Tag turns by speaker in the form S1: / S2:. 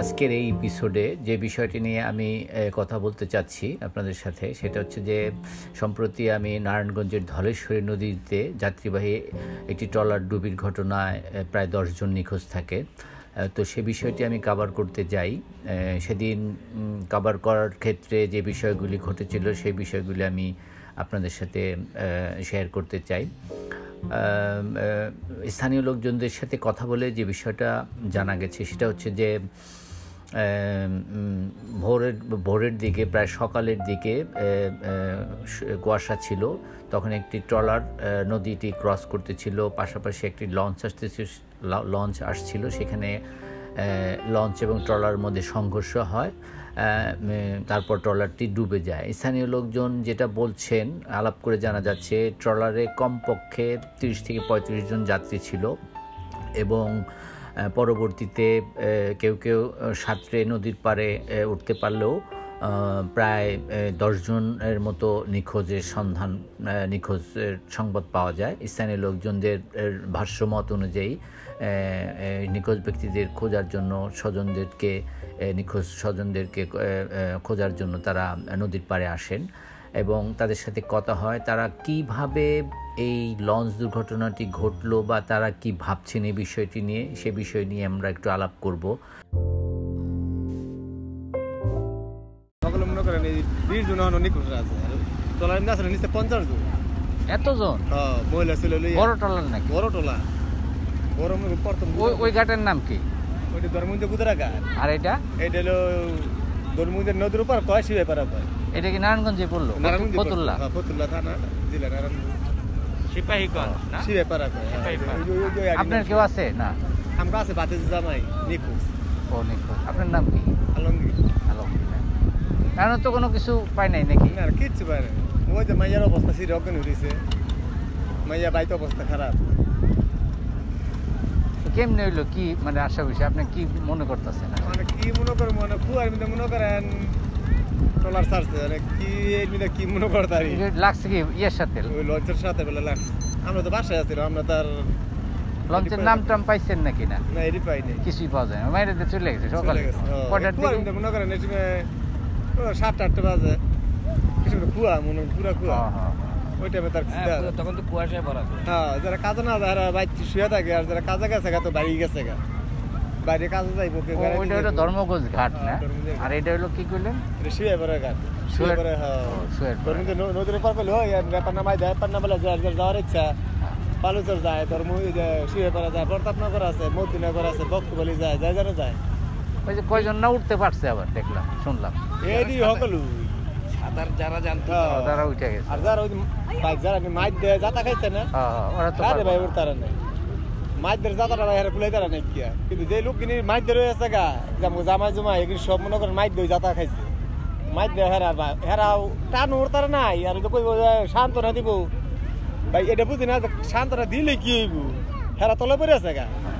S1: আজকের এই এপিসোডে যে বিষয়টি নিয়ে আমি এ, কথা বলতে চাচ্ছি আপনাদের সাথে সেটা হচ্ছে যে সম্প্রতি আমি নারায়ণগঞ্জের ধলেশ্বরী নদীতে যাত্রীবাহী একটি ট্রলার ডুবির ঘটনায় এ, প্রায় দশজন নিখোঁজ থাকে এ, তো সে বিষয়টি আমি কাভার করতে যাই এ, সেদিন কাভার করার ক্ষেত্রে যে বিষয়গুলি ঘটেছিল সেই বিষয়গুলি আমি আপনাদের সাথে শেয়ার করতে চাই আহ, স্থানীয় লোকজনদের সাথে কথা বলে যে বিষয়টা জানা গেছে সেটা হচ্ছে যে আহ, উম, ভোরের ভোরের দিকে প্রায় সকালের দিকে আহ, আহ, স- কুয়াশা ছিল তখন একটি ট্রলার আহ, নদীটি ক্রস করতেছিল পাশাপাশি একটি লঞ্চ আসতেছিল ল- লঞ্চ আসছিল সেখানে আহ, লঞ্চ এবং ট্রলার মধ্যে সংঘর্ষ হয় আহ, উম, তারপর ট্রলারটি ডুবে যায় স্থানীয় লোকজন যেটা বলছেন আলাপ করে জানা যাচ্ছে ট্রলারে কমপক্ষে তিরিশ থেকে পঁয়ত্রিশ জন যাত্রী ছিল এবং আহ, পরবর্তীতে আহ, কেউ কেউ আহ, সাঁতরে নদীর পাড়ে আহ, উঠতে পারলেও আহ, প্রায় আহ, দশজনের মতো নিখোঁজের সন্ধান আহ, নিখোঁজের সংবাদ পাওয়া যায় স্থানীয় লোকজনদের এর ভাষ্যমত অনুযায়ী আহ, আহ, নিখোঁজ ব্যক্তিদের খোঁজার জন্য স্বজনদেরকে আহ, নিখোঁজ স্বজনদেরকে আহ, আহ, খোঁজার জন্য তারা নদীর পাড়ে আসেন এবং তাদের সাথে কথা হয় তারা কিভাবে এই লঞ্চ দুর্ঘটনাটি ঘটলো বা তারা কি ভাবছেন এই বিষয়টি নিয়ে সে বিষয় নিয়ে আমরা একটু আলাপ করব
S2: সকলে মনে করেন এই বিশ জন এখন অনেক ঘোষণা আছে আর ট্রলার এমনি আছে না, নিচে পঞ্চাশ জন
S3: এতজন
S2: হ্যাঁ, মহিলা ছিল লইয়া।
S3: বড় ট্রলার নাকি
S2: বড় টলা বড় মনে করেন প্রথম
S3: ওই ওই ঘাটের নাম কি
S2: ওইটা ধর্মুঞ্জ কুদরা ঘাট
S3: আর এটা
S2: এটা হলো ধর্মুঞ্জের নদীর উপর কয় শিবে পারা পায় হ্যাঁ,
S3: এটা কি নারায়ণগঞ্জে পড়লো ফতুল্লা
S2: ফতুল্লা থানা জেলা নারায়ণগঞ্জ
S3: না?
S2: শিবে পারা কয় হ্যাঁ, ওই যে- ওই যে- ওই আগে
S3: আপনার
S2: নাম-
S3: কেউ আছে না
S2: আমার আছে বাতিজ জামাই নিখোঁজ
S3: ও নিখোঁজ আপনার নাম কি
S2: আলমগীর
S3: আলম কারণ তো কোনো কিছু পাই নাই নাকি
S2: না আর কিচ্ছু পারে না। ওই যে মাইয়ার অবস্থা সেই রকম উঠেছে মাইয়া বাইতে অবস্থা খারাপ
S3: কেমনি হইলো কি মানে আশা করছি আপনি কি মনে করতেছেন
S2: মানে কি মনে করেন মানে কুয়ার মধ্যে মনে করেন টলার সারছে মানে কি এই মিলে কি মনে করতে পারি
S3: লাগছে কি ইয়ের সাথে
S2: ওই লঞ্চের সাথে বেলা লাগছে আমরা তো বাসায় আছি আমরা তার
S3: লঞ্চের নাম টাম পাইছেন নাকি না
S2: না এটি পাইনি
S3: কিছুই পাওয়া যায় না বাইরে দিয়ে চলে গেছে
S2: চলে
S3: সকালে
S2: গেছে। হ্যাঁ,
S3: কটার
S2: এই কুয়ার
S3: দিকে
S2: মধ্যে মনে করেন এই সময় ও সাতটা আটটা বাজে কিছু একটা কুয়া মনে পুরা কুয়া
S3: হ্যাঁ, হ্যাঁ, হ্যাঁ।
S2: ওই টাইমে তার
S4: হ্যাঁ,
S2: খিদা।
S4: পুরো তখন তো কুয়াশায় ভরা পুরো।
S2: হ্যাঁ যারা কাজে না যায় এরা বাইরে শুয়ে থাকে আর যারা কাজে গেছে গা তো বাড়ি গেছে গা বাইরে কাজে যাইবো কেউ
S3: ও,
S2: বেড়াইতে
S3: ওইটা হলো
S2: যাইবো।
S3: ধর্মগঞ্জ ঘাট
S2: হ্যাঁ,
S3: না
S2: ধর্মগঞ্জ ঘাট।
S3: আর এটা হলো কি করলেন
S2: এটা শুয়ে পড়ে গা শুয়ে
S3: শুয়ে-
S2: পড়ে হ্যাঁ
S3: ও, শুয়ের পরে।
S2: তোর মধ্যে ন- নদীর উপর করলে হয় ব্যাপার না মাই দেয় ব্যাপার না বলে যার যার যাওয়ার ইচ্ছা পালুচর যায় তোর মুই যায় শুয়ে পড়া যায় প্রতাপনগর আছে মদিনগর আছে বক্তবলি যায় যায় জানে যায়
S3: ওই যে কয়জন না উঠতে পারছে আবার দেখলাম শুনলাম
S2: এডি সকলু
S4: সাঁতার যারা জানতো
S2: হ্যাঁ।
S3: ও, তারা উঠে গেছে
S2: আর যার ওই বাইক যারা আমি মাইর দেয় যাতা খাইছে না
S3: হ্যাঁ, হ্যাঁ, ওরা তো
S2: আরে
S3: পারবে
S2: ভাই
S3: না।
S2: ওর তারা নেই মাইর দের যাতাটা ভাই হেরে খুলে তারা নেই কিয়া কিন্তু যে লোক কিনি মাইর দের আছে গা যেমন জামাই জমা এগুলি সব মনে করেন মাইর দই যাতা খাইছে মাইর দেয় হেরা বা- হেরা টান ওর তারা নাই আর তো কই সান্ত্বনা দিব ভাই এটা বুঝি না যে সান্ত্বনা দিলে কি হইব হেরা তলে পড়ে আছে গা